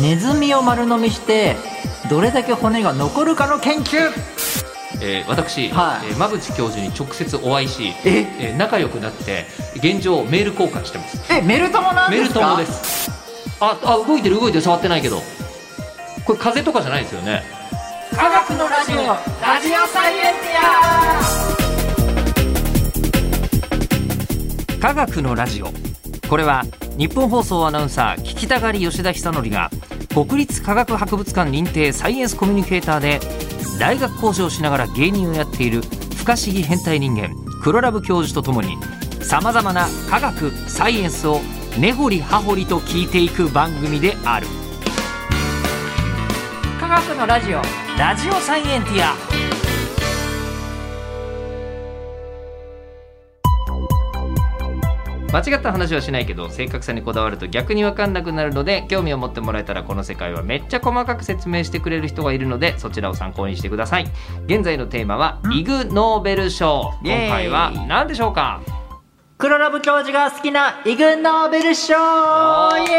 ネズミを丸飲みしてどれだけ骨が残るかの研究えー私、はいえー馬淵教授に直接お会いし、えー仲良くなって現状メール交換してますえメルトモなんメでーすルか友ですああ動いてる動いてる触ってないけどこれ風邪とかじゃないですよね科学のラジオラジオサイエン「科学のラジオ」これは日本放送アナウンサー聞きたがり吉田久典が国立科学博物館認定サイエンスコミュニケーターで大学講師をしながら芸人をやっている不可思議変態人間黒ラブ教授とともにさまざまな科学サイエンスを根掘り葉掘りと聞いていく番組である。ティア科学のラジオラジオサイエンティア間違った話はしないけど正確さにこだわると逆に分かんなくなるので興味を持ってもらえたらこの世界はめっちゃ細かく説明してくれる人がいるのでそちらを参考にしてください現在のテーマはイグ・ノーベル賞イエーイ今回は何でしょうか黒ラブ教授が好きなイグ・ノーベル賞イエーイ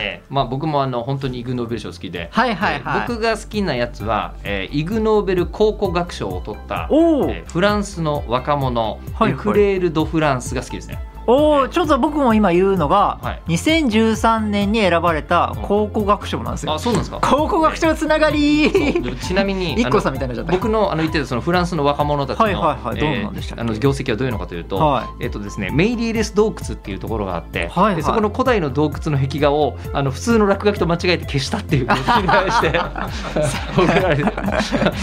ええまあ、僕もあの本当にイグ・ノーベル賞好きで、はいはいはいええ僕が好きなやつは、ええイグ・ノーベル考古学賞を取ったおーえーフランスの若者、はいはいエクレール・ド・フランスが好きですねおーちょっと僕も今言うのが、はい2013年に選ばれた考古学賞なんですよ、あそうなんですか考古学賞つながりそう ちなみに一個さあんみたいになっちゃったの僕のあの言ってたそのフランスの若者たちのはいはいはいえーどうなんでしたっけあの業績はどういうのかというと、はえっとですね、メイリーレス洞窟っていうところがあって、はいはいでそこの古代の洞窟の壁画をあの普通の落書きと間違えて消したっていうことに対 して怒られて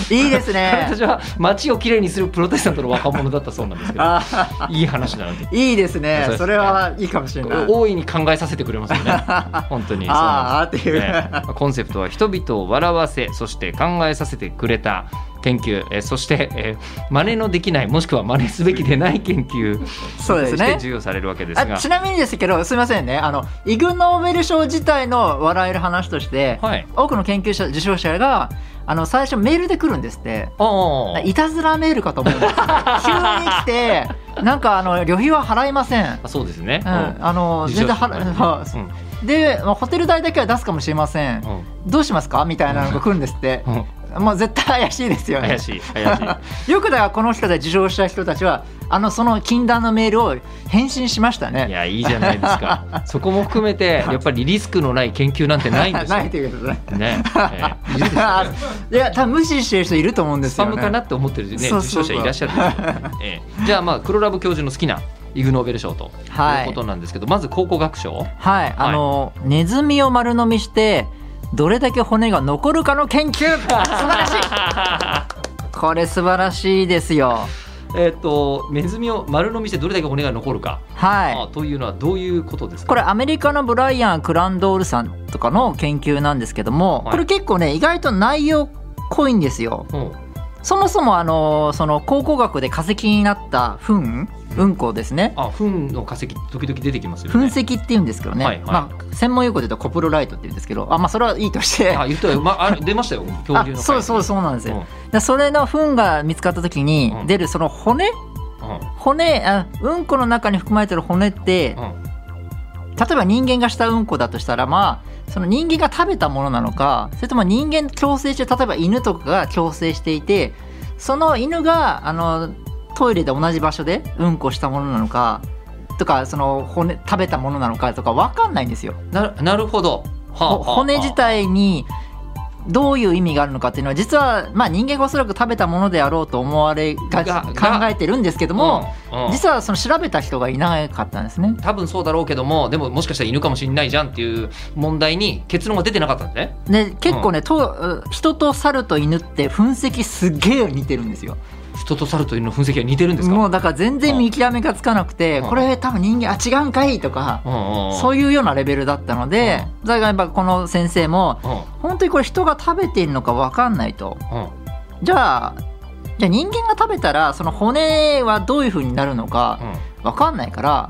いいです 彼たねちは街をきれいにするプロテスタントの若者だったそうなんですけどあーいい話なのでいいですねそうですそれはいいかもしれない大いに考えさせてくれますよね本当にそ あうなんですーあーっていう、ねコンセプトは人々を笑わせそして考えさせてくれた研究、えーそして、えー真似のできないもしくは真似すべきでない研究そうですとしてね授与されるわけですあがちなみにですけどすみませんねあのイグ・ノーベル賞自体の笑える話として、はい多くの研究者受賞者があの最初メールで来るんですっておーいたずらメールかと思うんですよ急に来てなんかあの旅費は払いませんあそうですね、うん、あの自全称然してない払はうんで、まあ、ホテル代だけは出すかもしれません、うんどうしますかみたいなのが来るんですってう、んうんまあ、絶対怪しいですよね怪しい怪しいよくだからこの人で受賞した人たちはあのその禁断のメールを返信しましたいね。やいいじゃないですかそこも含めてやっぱりリスクのない研究なんてないんです よないということで。ね、え ーいるでしょうねいや多分無視してる人いると思うんでスすパよね。ムかなって思ってる、ね、そうそうそう受賞者いらっしゃ るでしょう、ええじゃあまあ黒ラブ教授の好きなイグ・ノーベル賞とはいいうことなんですけど、まず考古学賞はい、あの、ネズミを丸飲みしてどれだけ骨が残るかの研究素晴らしい これ素晴らしいですよ。えっ、とネズミを丸飲みしてどれだけ骨が残るか、あはというのはどういうことでい。すかこれアメリカのブライアン・クランドールさんとかの研究なんですけども、はいこれ結構ね意外と内容濃いんですよ。うんそもそもあのその考古学で化石になった糞うんこですねあ糞の化石時々出てきますよ噴ね石って言うんですけどね、はいはいまあ、専門用語で言うとコプロライトって言うんですけどあまあそれはいいとしてあ言ったよ、まあ、出ましたよ恐あ竜のそうそうそうなんですうんよ、でそれの糞が見つかった時にうん出るその骨うん骨あうんこの中に含まれてる骨ってうん例えば人間がしたうんこだとしたらまあその人間が食べたものなのかそれとも人間共生して例えば犬とかが共生していてその犬があのトイレで同じ場所でうんこしたものなのかとかその骨食べたものなのかとか分かんないんですよ。ななるほど、はあほはあはあ骨自体にどういう意味があるのかっていうのは実は、まあ、人間がおそらく食べたものであろうと思われがが考がえてるんですけども、うんうん実はその調べた人がいなかったんですね。多分そうだろうけどもでももしかしたら犬かもしれないじゃんっていう問題に結論が出てなかったんですねで結構ね、と人と猿と犬って噴石すっげえ似てるんですよ人と猿と犬の噴石は似てるんですかもうだから全然見極めがつかなくて、うんこれ多分人間あ違うんかいとか、そそういうようなレベルだったので、だからやっぱこの先生もうんうん本当にこれ人が食べているのか分かんないとうんじゃあじゃあ人間が食べたらその骨はどういう風になるのか分かんないから、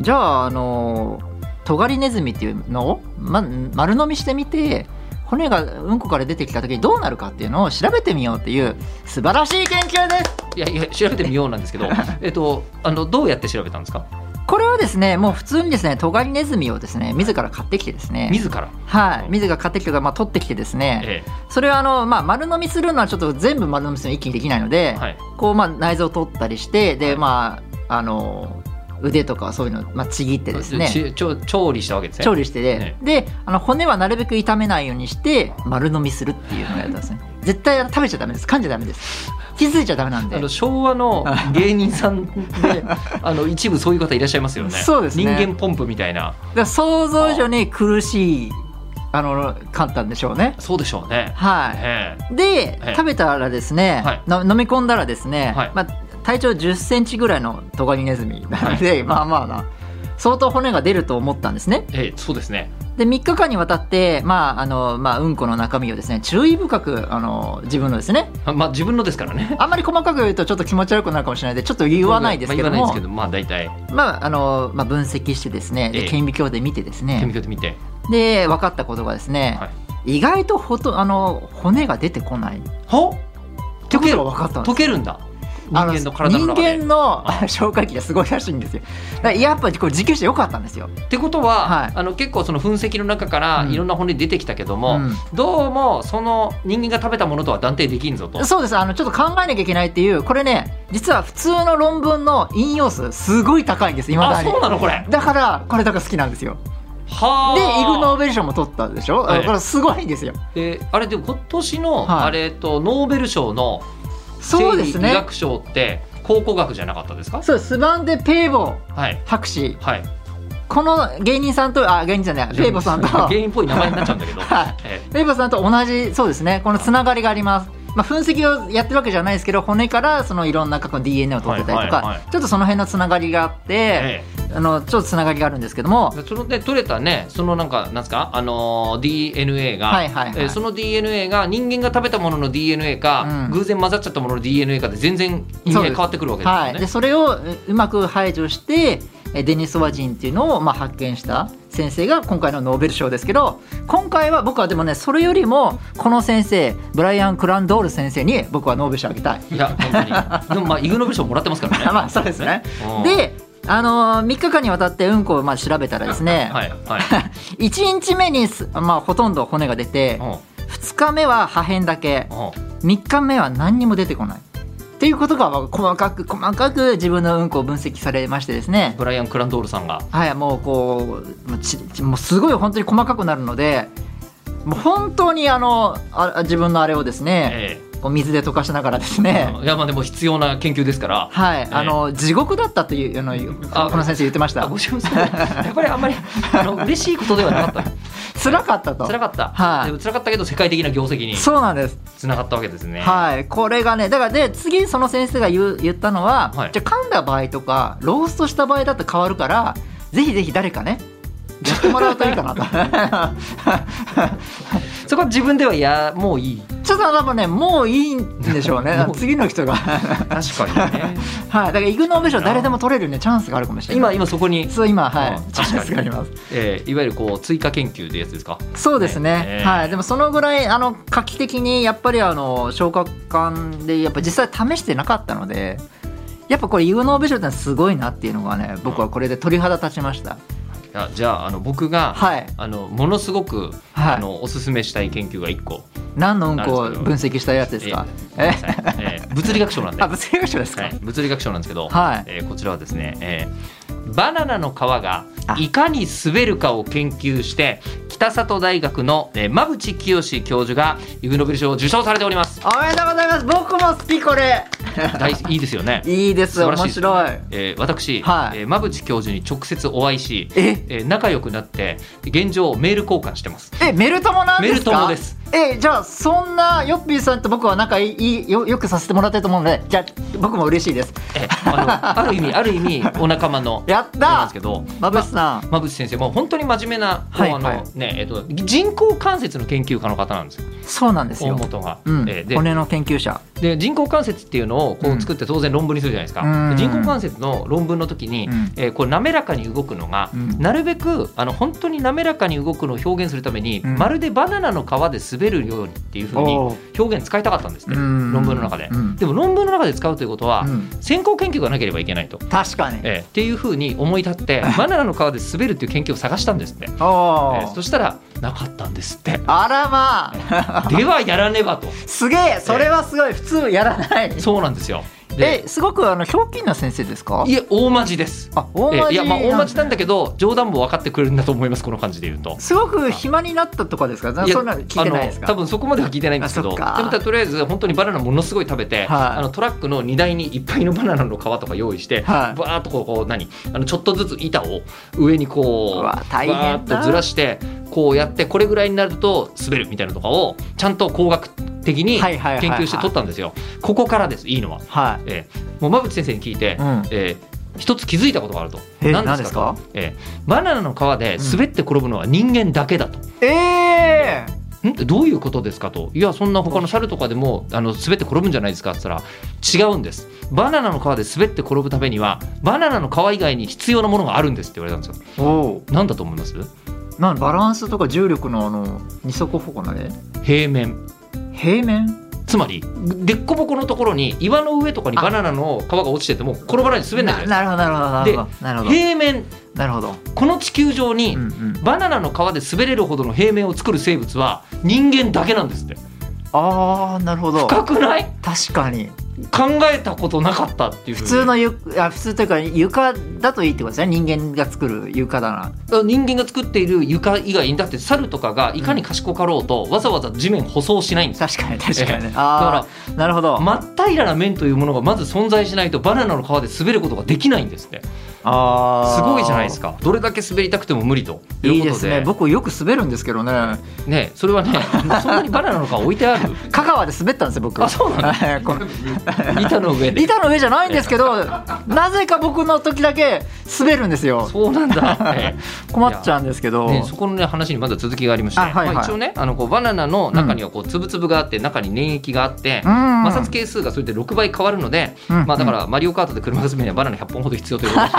じゃああのトガリネズミっていうのを、ま、丸飲みしてみて骨がうんこから出てきた時にどうなるかっていうのを調べてみようっていう素晴らしい研究です いやいや調べてみようなんですけどえっとあのどうやって調べたんですかこれはですねもう普通にですねトガリネズミをですね自ら買ってきてですね自ら、はい自ら買ってきてというか、まあ、取ってきてですねえそれはあの、まあ、丸飲みするのはちょっと全部丸飲みするのは一気にできないので、えはい、こうまあ内臓を取ったりしてはでいまああの腕とかそういうのをまあちぎってですねちちょ調理したわけですね調理してで、ねであの骨はなるべく傷めないようにして丸飲みするっていうのをやったんですね絶対食べちゃダメです噛んじゃダメです傷ついちゃダメなんであの昭和の芸人さん であの一部そういう方いらっしゃいますよねそうですね人間ポンプみたいなだから想像以上に苦しいあの簡単でしょうねそうでしょうねはいええではい食べたらですね、はいの飲み込んだらですね、はいまあ、体長1 0ンチぐらいのトガリネズミなので、まあまあまあ相当骨が出ると思ったんですねええそうですねで3日間にわたって、まああのまあ、うんこの中身をですね注意深くあの自分のですねあまあ自分のですからねあんまり細かく言うとちょっと気持ち悪くなるかもしれないのでちょっと言わないですけどまあ言わなもいですけどまあ大体まああのまあ分析してですねええで顕微鏡で見てです手ね見てみてで分かったことがですね、は意外とほとあの骨が出てこないってはことが分かったんです溶けるんだ人あ間の体の中人で間の消化器がすごいらしいんですよだからやっぱりこれ自給してよかったんですよ、ってことは、はいあの結構その噴石の中からうんいろんな骨出てきたけども、うんどうもその人間が食べたものとは断定できんぞとそうですあのちょっと考えなきゃいけないっていうこれね実は普通の論文の引用数すごい高いんですいまだあにそうなのこれはだからこれだから好きなんですよあでイグ・ノーベル賞も取ったでしょ、はいだからすごいんですよえーあれでも今年の、はいあれえっとノーベル賞のそう生で理す医ね学賞って考古学じゃなかったですかそうスバンデ・ペーボはい博士はいこの芸人さんとあ芸人じゃないペーボさんと 原因っぽい名前になっちゃうんだけど、 はいえレイバーさんと同じそうですねこのつながりがあります、まあ、噴石をやってるわけじゃないですけど骨からそのいろんな過去の DNA を取ってたりとか、はいはいはちょっとその辺のつながりがあって、ーえあのちょっとつながりがあるんですけどもーそので取れたねそのなんかなんですかあのー DNA が、はいはいはいえーその DNA が人間が食べたものの DNA か、うん偶然混ざっちゃったものの DNA かで全然意味そう合いです変わってくるわけですよはね。い、でそれをううまく排除してえデニソワ人っていうのを、まあ、発見した先生が今回のノーベル賞ですけど今回は僕はでもねそれよりもこの先生ブライアン・クランドール先生に僕はノーベル賞あげたい。 いや本当にでもまあイグノーベル賞もらってますからね。まあそうですねうん であのー、3日間にわたってうんこをまあ調べたらですね、はいはい。 1日目にす、まあ、ほとんど骨が出てうん2日目は破片だけうん3日目は何にも出てこないっていうことがまあ細かく細かく自分のうんこを分析されましてですねブライアン・クランドールさんがはいもうこうもうちちもうすごい本当に細かくなるのでもう本当にあのあ自分のあれをですね、えこう水で溶かしながらですえね、いやまあでも必要な研究ですから。はい、えあの地獄だったというあのあこの先生言ってましあたご自分 さんやっぱりあんまりあの嬉しいことではな かった辛かったと辛かった、はいでも辛かったけど世界的な業績にそうなんですつながったわけですねはい、これがねだからで次その先生が言う言ったのは、はいじゃあ噛んだ場合とかローストした場合だと変わるからぜひぜひ誰かねやってもらうといいかな と そこは自分ではいやもういいちょっと多分ねもういいんでしょうねもう次の人がはい確か にねだからイグ・ノーベル賞誰でも取れるねチャンスがあるかもしれな今い今そこに、そう今はうんいチャンスがありますえーいわゆるこう追加研究でやつですかそうですね、ねはい、でもそのぐらいあの画期的にやっぱりあの消化管でやっぱ実際試してなかったのでやっぱこれ有能美女ってのはすごいなっていうのがね僕はこれで鳥肌立ちましたいやじゃああの僕が、はいあのものすごく、はいあのおすすめしたい研究が1個何のうんこを分析したやつですかええーごめんなさいえー物理学賞なん であ物理学賞ですか、はい、物理学賞なんですけど、はいえーこちらはですね、えーバナナの皮があいかに滑るかを研究して北里大学の、えー、馬淵清教授がイグ・ノーベル賞を受賞されており ますおめでとうございます僕も好きこれ大いいですよねいいです素晴らしい面です白いえー私、はいえー馬淵教授に直接お会いし、ええー仲良くなって現状メール交換してますえメルトモなんですかメル友ですえじゃあそんなヨッピーさんと僕は仲いいよよくさせてもらってると思うのでじゃあ僕も嬉しいですえあのあ る意味ある意味お仲間のやっなんでたすけどまぶしさん、馬淵先生もう本当に真面目な、こうはいあのはいねえっと人工関節の研究家の方なんですよそうなんです大よ元が。うんえーで骨の研究者で人工関節っていうのをうこうん作って当然論文にするじゃないですか、うんで人工関節の論文の時に、うんえーこう滑らかに動くのが、うんなるべくあの本当に滑らかに動くのを表現するために、うんまるでバナナの皮で滑るようにっていうふうにおー表現使いたかったんですって、うん論文の中で、うんでも論文の中で使うということは、うん先行研究がなければいけないと、確かに。えーっていうふうに思い立ってバナナの皮で滑るっていう研究を探したんですって、おーえーそしたらなかったんですってあらま あ、ではやらねばとすげえ、それはすごい、普通やらない。そうなんですよでえ、すごくあのひょうきんな先生ですかい。や大マジですあ、大え間いやまあ大町なんだ。だけど冗談も分かってくれるんだと思いますこの感じで言うと。すごく暇になったとかですか。やそんなの聞いてないですあの多か。分そこまでは聞いてないんですけどあそでっもかただとりあえず本当にバナナものすごい食べて、はいあのトラックの荷台にいっぱいのバナナの皮とか用意して、はいバーっとこうこう何あのちょっとずつ板を上にこううわ大変だバーっとずらしてこうやってこれぐらいになると滑るみたいなのとかをちゃんと工学的にはい研はいはいはい究して取ったんですよ、ここからですいいのは、はええもう馬淵先生に聞いて、い。うん。えー一つ気づいたことがあるとえ何何でですすかかとえーバナナの皮で滑って転ぶのは人間だけだと、ええんどういうことですかといやそんな他の猿とかでもあの滑って転ぶんじゃないですかって言ったら違うんですバナナの皮で滑って転ぶためにはバナナの皮以外に必要なものがあるんですって言われたんですー。よおお。何だと思いますなんバランスとか重力のあの二足歩行なれ。平面平面。つまりでっこぼこのところに岩の上とかにバナナの皮が落ちてても転ばないで滑んないじゃないななるほどなるほどなるほですどか平面なるほど。この地球上に、うんうん。バナナの皮で滑れるほどの平面を作る生物は人間だけなんですってああなるほど。深くない確かに。考えたことなかったっていう普通のゆあ普通というか床だといいってことですね人間が作る床だな人間が作っている床以外にだって猿とかがいかに賢かろうと、わざわざ地面舗装しないんですよ確かに確かに、ね、だあかあなるほど、ら真っ平らな面というものがまず存在しないとバナナの皮で滑ることができないんですってあーすごいじゃないですかどれだけ滑りたくても無理ということでいいですね僕よく滑るんですけどねねそれはね そんなにバナナの皮置いてある香川で滑ったんですよ僕あそうなんだはい この板の上で板の上じゃないんですけどなぜか僕の時だけ滑るんですよそうな んだ、ええ困っちゃうんですけど、ね、そこの、ね、話にまだ続きがありまして、あはいはいまあ、一応ねあのこうバナナの中にはこう粒々があって、中に粘液があって、うん摩擦係数がそれで6倍変わるので、うんまあ、だからマリオカートで車が進めにはバナナ100本ほど必要ということらし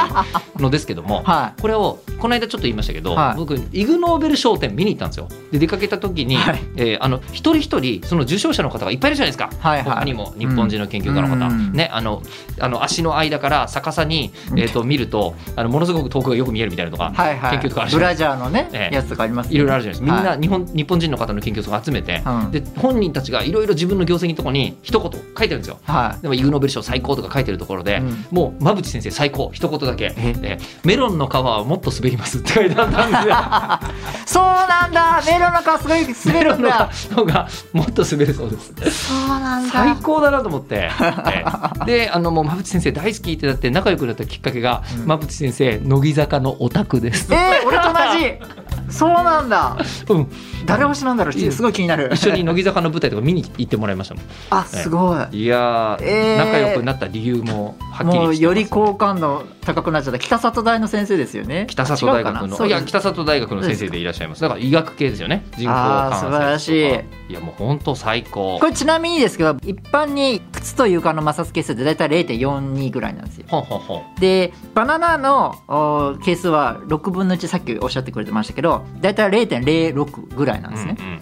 いのですけども。はこれをこの間ちょっと言いましたけど、はい僕イグ・ノーベル賞典見に行ったんですよで出かけた時に、はいえーあの一人一人その受賞者の方がいっぱいいるじゃないですか、はいはい他にも日本人の研究家の方、うんね、あのあの足の間から逆さに、えー、と見るとあのものすごく遠くがよく見えるみたいなのとか、いはいはい研究とかあるじゃブないですかラジャーのね、ええやつとかありますねいろいろあるじゃないですか、みんはな日本日本人の方の研究とか集めて、うんで本人たちがいろいろ自分の業績のところに一言書いてるんですよ。はでもイグ・ノーベル賞最高とか書いてるところで、うんもう馬淵先生最高一言だけええメロンの皮はもっと滑ります」って書いてあったんですよい、 そうなんだメロンの皮すごい滑メロるんンのだ 皮の方がもっと滑るそうですそうなんだ最高だなと思って、 ええであのもう馬淵先生大好きってなって仲良くなったきっかけが、うん馬淵先生乃木坂のオタクです、えー、俺と同じそうなんだうん、誰推しなんだろういいすごい気になる一緒に乃木坂の舞台とか見に行ってもらいましたもんあすごいいやー、えー仲良くなった理由もはっきりしてますもうより好感度高くなっちゃった北里大の先生ですよね北里大学違うかなのいやそう北里大学の先生でいらっしゃいますだから医学系ですよね人工あー関素晴らしいいやもう本当最高これちなみにですけど一般に靴と床の摩擦係数って大体0.42ぐらいなんですよほんほんほんでバナナのお係数は6分の1さっきおっしゃってくれてましたけど大体0.06ぐらいなんですね、うんうん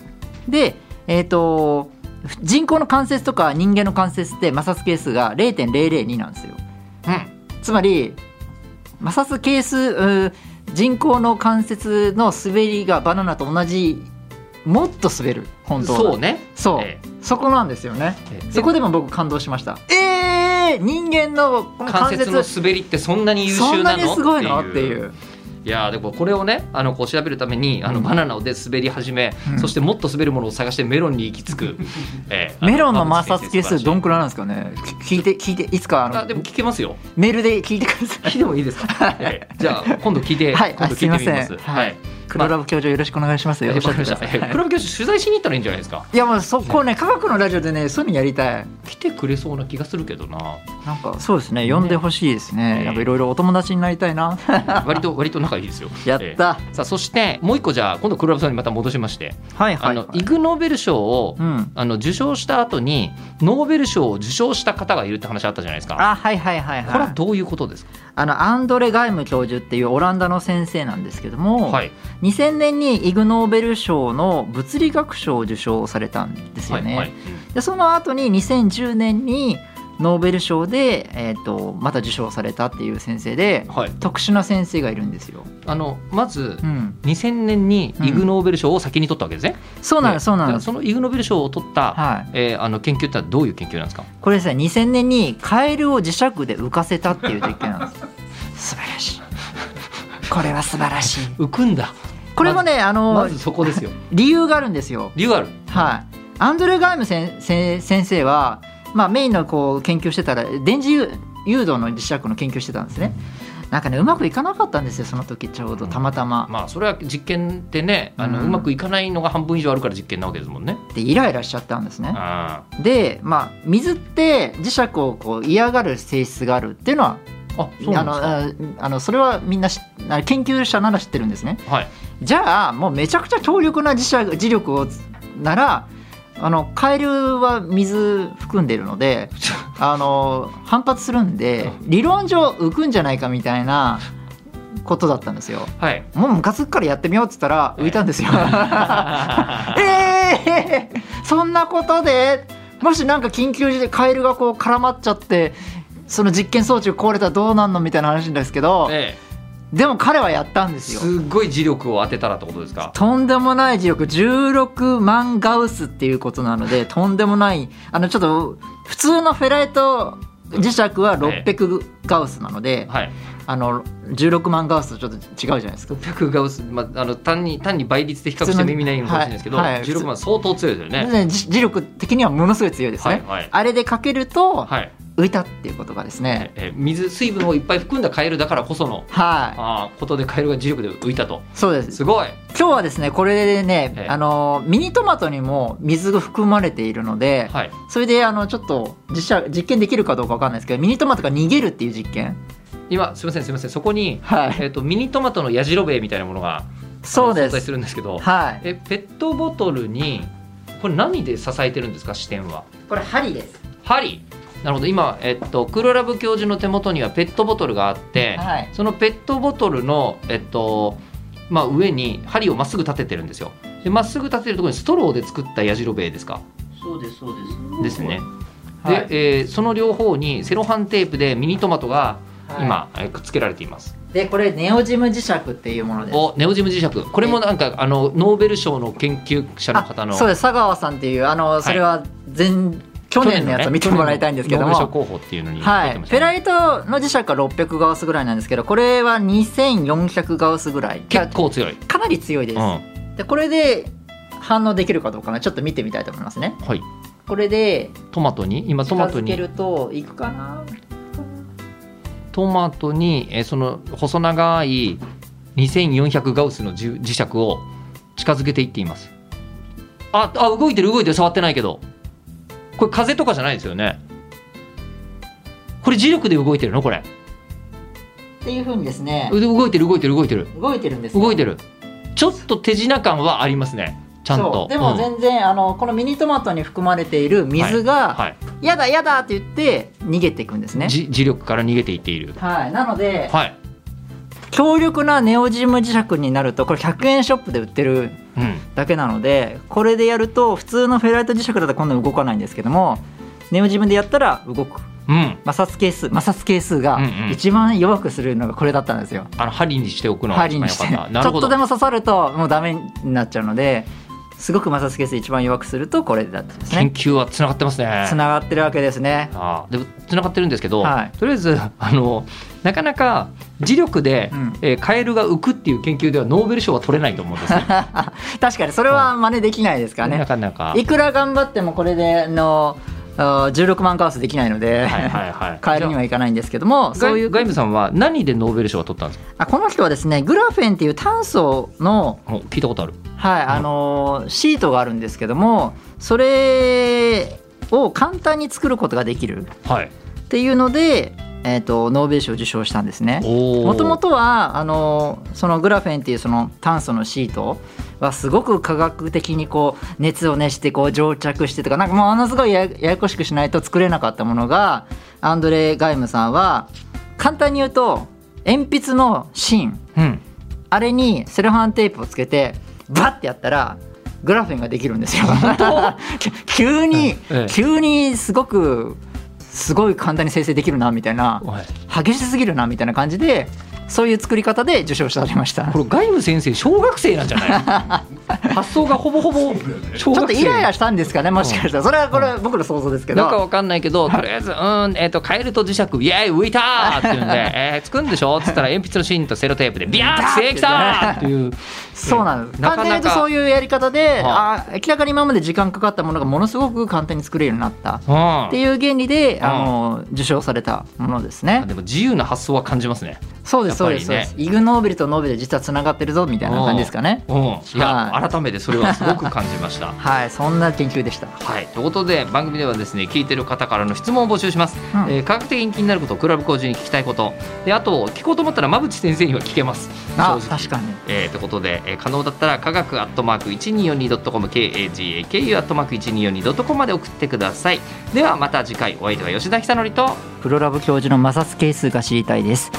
でえっ、と人工の関節とか人間の関節って摩擦係数が0.002なんですようんつまり摩擦係数うー人工の関節の滑りがバナナと同じもっと滑る本当はそうねそう、えそこなんですよねええそこでも僕感動しましたえー、人間のこの 関関節節の滑りってそんなに優そ秀んななのにすごいのっていういやーでもこれをねあのこう調べるためにあのうんバナナで滑り始め、うんそしてもっと滑るものを探してメロンに行 き着く、ええメロンの摩擦係数どんくらいいなんですかねき聞いて聞いていつかああのでも聞けますよメールで聞いてください 聞いてもいいですか。ええじゃあ今度聞いて、はい今度聞いてみます。あすいませんはいはい黒ラブ教授よろしくお願いしますよ。わおっしゃかっりてまくだしたさい。えはい黒部教授取材しに行ったらいいんじゃないですかいやもうそこね科学のラジオでねそういうのやりたい。来てくれそうな気がするけ どななんかそうですね呼んでほしいですね。ねなんかいろいろお友達になりたい な。割と割と仲いいですよやっえた。えさあそしてもう一個じゃあ今度黒ラブさんにまた戻しまして、はいはいあのイグ・ノーベル賞を、うん。あの受賞した後にノーベル賞を受賞した方がいるって話あったじゃないですかあはいはいはいこれははい。どういうことですかあのアンドレ・ガイム教授っていうオランダの先生なんですけども、はい2000年にイグ・ノーベル賞の物理学賞を受賞されたんですはよいね。はいでその後に2010年にノーベル賞で、えー、とまた受賞されたっていう先生ではい特殊な先生がいるんですよ。あのまずうん、 2000年にイグ・ノーベル賞を先に取ったわけですね、そうなんですそうなんでです。そのイグ・ノーベル賞を取った、はい、えーあの研究ってのはどういう研究なんですかこれですね2000年にカエルを磁石で浮かせたっていう実験なんです。素晴らしい。これは素晴らしい。浮くんだこれもねあの、まずそこですよ理由があるんですよ。理由あるはい、アンドレー・ガイム先先先生は、まあ、メインのこう研究してたら電磁誘誘導の磁石の研究してたんですねなんかねうまくいかなかったんですよその時ちょうどたまたま、まあそれは実験ってねあの、ううんまくいかないのが半分以上あるから実験なわけですもんね。でイライラしちゃったんですねあで、まあ、水って磁石をこう嫌がる性質があるっていうのはーあそうなあんでのすか。ああのそれはみんな知あ研究者なら知ってるんですねはい。 じゃあもうめちゃくちゃ強力な磁石磁力をならあのカエルは水含んでるのであの反発するんで理論上浮くんじゃないかみたいなことだったんですよ。 はい。もうムカつくからやってみようっつったら浮いたん ですよ。ええそんなことでもしなんか緊急時でカエルがこう絡まっちゃってその実験装置が壊れたらどうなんのみたいな話なんですけどえでも彼はやったんえ、ですよ。すっごい磁力を当てたらってことで すか。とんでもない磁力16万ガウスっていうことなのでとんでもないあのちょっと普通のフェライト磁石は600ガウスなので、はい。あの16万ガウスとちょっと違うじゃないですか。 600ガウス、まあ、あの単に単に倍率で比較しても意味ないのかもしれないですけど、はいはい16万相当強いですよね。ね磁磁力的にはものすごい強いですね。はいはいあれでかけるとはい。浮いたっていうことがですね。ええ水水分をいっぱい含んだカエルだからこその。はい、あーことでカエルが磁力で浮いたとそうですすごい今日はですねこれでね、ええあのミニトマトにも水が含まれているので、はいそれであのちょっと実写実験できるかどうかわかんないですけどミニトマトが逃げるっていう実験今すみませんすみませんそこに、はいえっとミニトマトのやじろべえみたいなものがそうで存在すするんですけど、はいえペットボトルにこれ何で支えてるんですか支点はこれ針です針なるほど今、えっと、黒ラブ教授の手元にはペットボトルがあって、はいそのペットボトルの、えっとまあ、上に針をまっすぐ立ててるんですよでまっすぐ立てるところにストローで作ったやじろべえですかそうですそうですですね、はいで、えーその両方にセロハンテープでミニトマトがはい今、えーくっつけられていますでこれネオジム磁石っていうものですおネオジム磁石これもなんかあのノーベル賞の研究者のあ方のそうです佐川さんっていうあのそれは前、去年のやつを見てもらいたいんですけども、去年のノーベル賞候補っていうのには出てい、ましフェたねライトの磁石は600ガウスぐらいなんですけどこれは2400ガウスぐらい結構強い、かなり強いでうんす、はでこれで反応できるかどうかなちょっと見てみたいと思いますねい、これでトマトに今ト近マトづけにるといくかなトマトに、えーその細長い2400ガウスのじゅ磁石を近づけていっていますああ動いてる動いてる触ってないけどこれ風とかじゃないですよねこれ磁力で動いてるのこれっていうふうにですねう動いてる動いてる動いてる動いてるんですよ動いてるちょっと手品感はありますねちゃんそとうでもうん全然、あのこのミニトマトに含まれている水が、はい、やだやだって言って逃げていくんですねじ磁力から逃げていっているはいなので、はい、強力なネオジム磁石になるとこれ100円ショップで売ってるうん、だけなのでこれでやると普通のフェライト磁石だとこんなに動かないんですけどもネオジムでやったら動くうん、摩擦係数摩擦係数がうんうん一番弱くするのがこれだったんですよ、あの針にしておくのが一針番に良しかてっちたなるょほっどとでも刺さるともうダメになっちゃうのですごく摩擦係数一番弱くするとこれだったんです研ね究はつながってますねつながってるわけですね ああでつながってるんですけど、はいとりあえず あのなかなか磁力で、うんえーカエルが浮くっていう研究ではノーベル賞は取れないと思うんです ね確かにそれは真似できないですからねなかなかいくら頑張ってもこれであのあー16万カースできないので、はいはい はい。買えるにはいかないんですけどもじゃあそういう外外務さんは何でノーベル賞を取ったんですかあこの人はですねグラフェンっていう炭素の、お聞いたことある。はいあのーシートがあるんですけどもそれを簡単に作ることができるはい。っていうので、えー、とノーベル賞を受賞したんですね。おお。もともとはあのそのグラフェンっていうその炭素のシートはすごく科学的にこう熱を熱してこう蒸着してとかなんかものすごいやややこしくしないと作れなかったものがアンドレ・ガイムさんは簡単に言うと鉛筆の芯うん。あれにセロハンテープをつけてバッてやったらグラフェンができるんですよ。き 急に、ええ急にすごくすごい簡単に生成できるなみたいな。はい。激しすぎるなみたいな感じでそういう作り方で受賞されましたこれ外務先生小学生なんじゃない 発想がほぼほぼ小学生ちょっとイライラしたんですかねもしかしたらそれはこれ僕の想像ですけなんかどわかんないけど、とりあえず、うん、えっ、と、カエルと磁石、イエーイ、浮いたーって言 うんで、えー、つくんでしょっつったら、鉛筆の芯とセロテープで、ビャーって正きたーっていう。そうなんですなかなか簡単に言うとそういうやり方ではあ明らかに今まで時間かかったものがものすごく簡単に作れるようになったうんっていう原理でんあの受賞されたものですねでも自由な発想は感じますね。そうですそうですそうやっでぱりすイグ・ノーベルとノーベル実はつながってるぞみたいな感じですかねうん。いや、は改めてそれはすごく感じました。はいそんな研究でしたはい、ということで番組ではですね聞いてる方からの質問を募集します、うんえー科学的に気になることクラブ講授に聞きたいことであと聞こうと思ったら馬淵先生には聞けますあ正直確かにえー、ということで、えー可能だったら科学アットマーク 1242.com KAGAKU アットマーク 1242.com まで送ってくださいではまた次回お相手は吉田久典とプロラブ教授の摩擦係数が知りたいです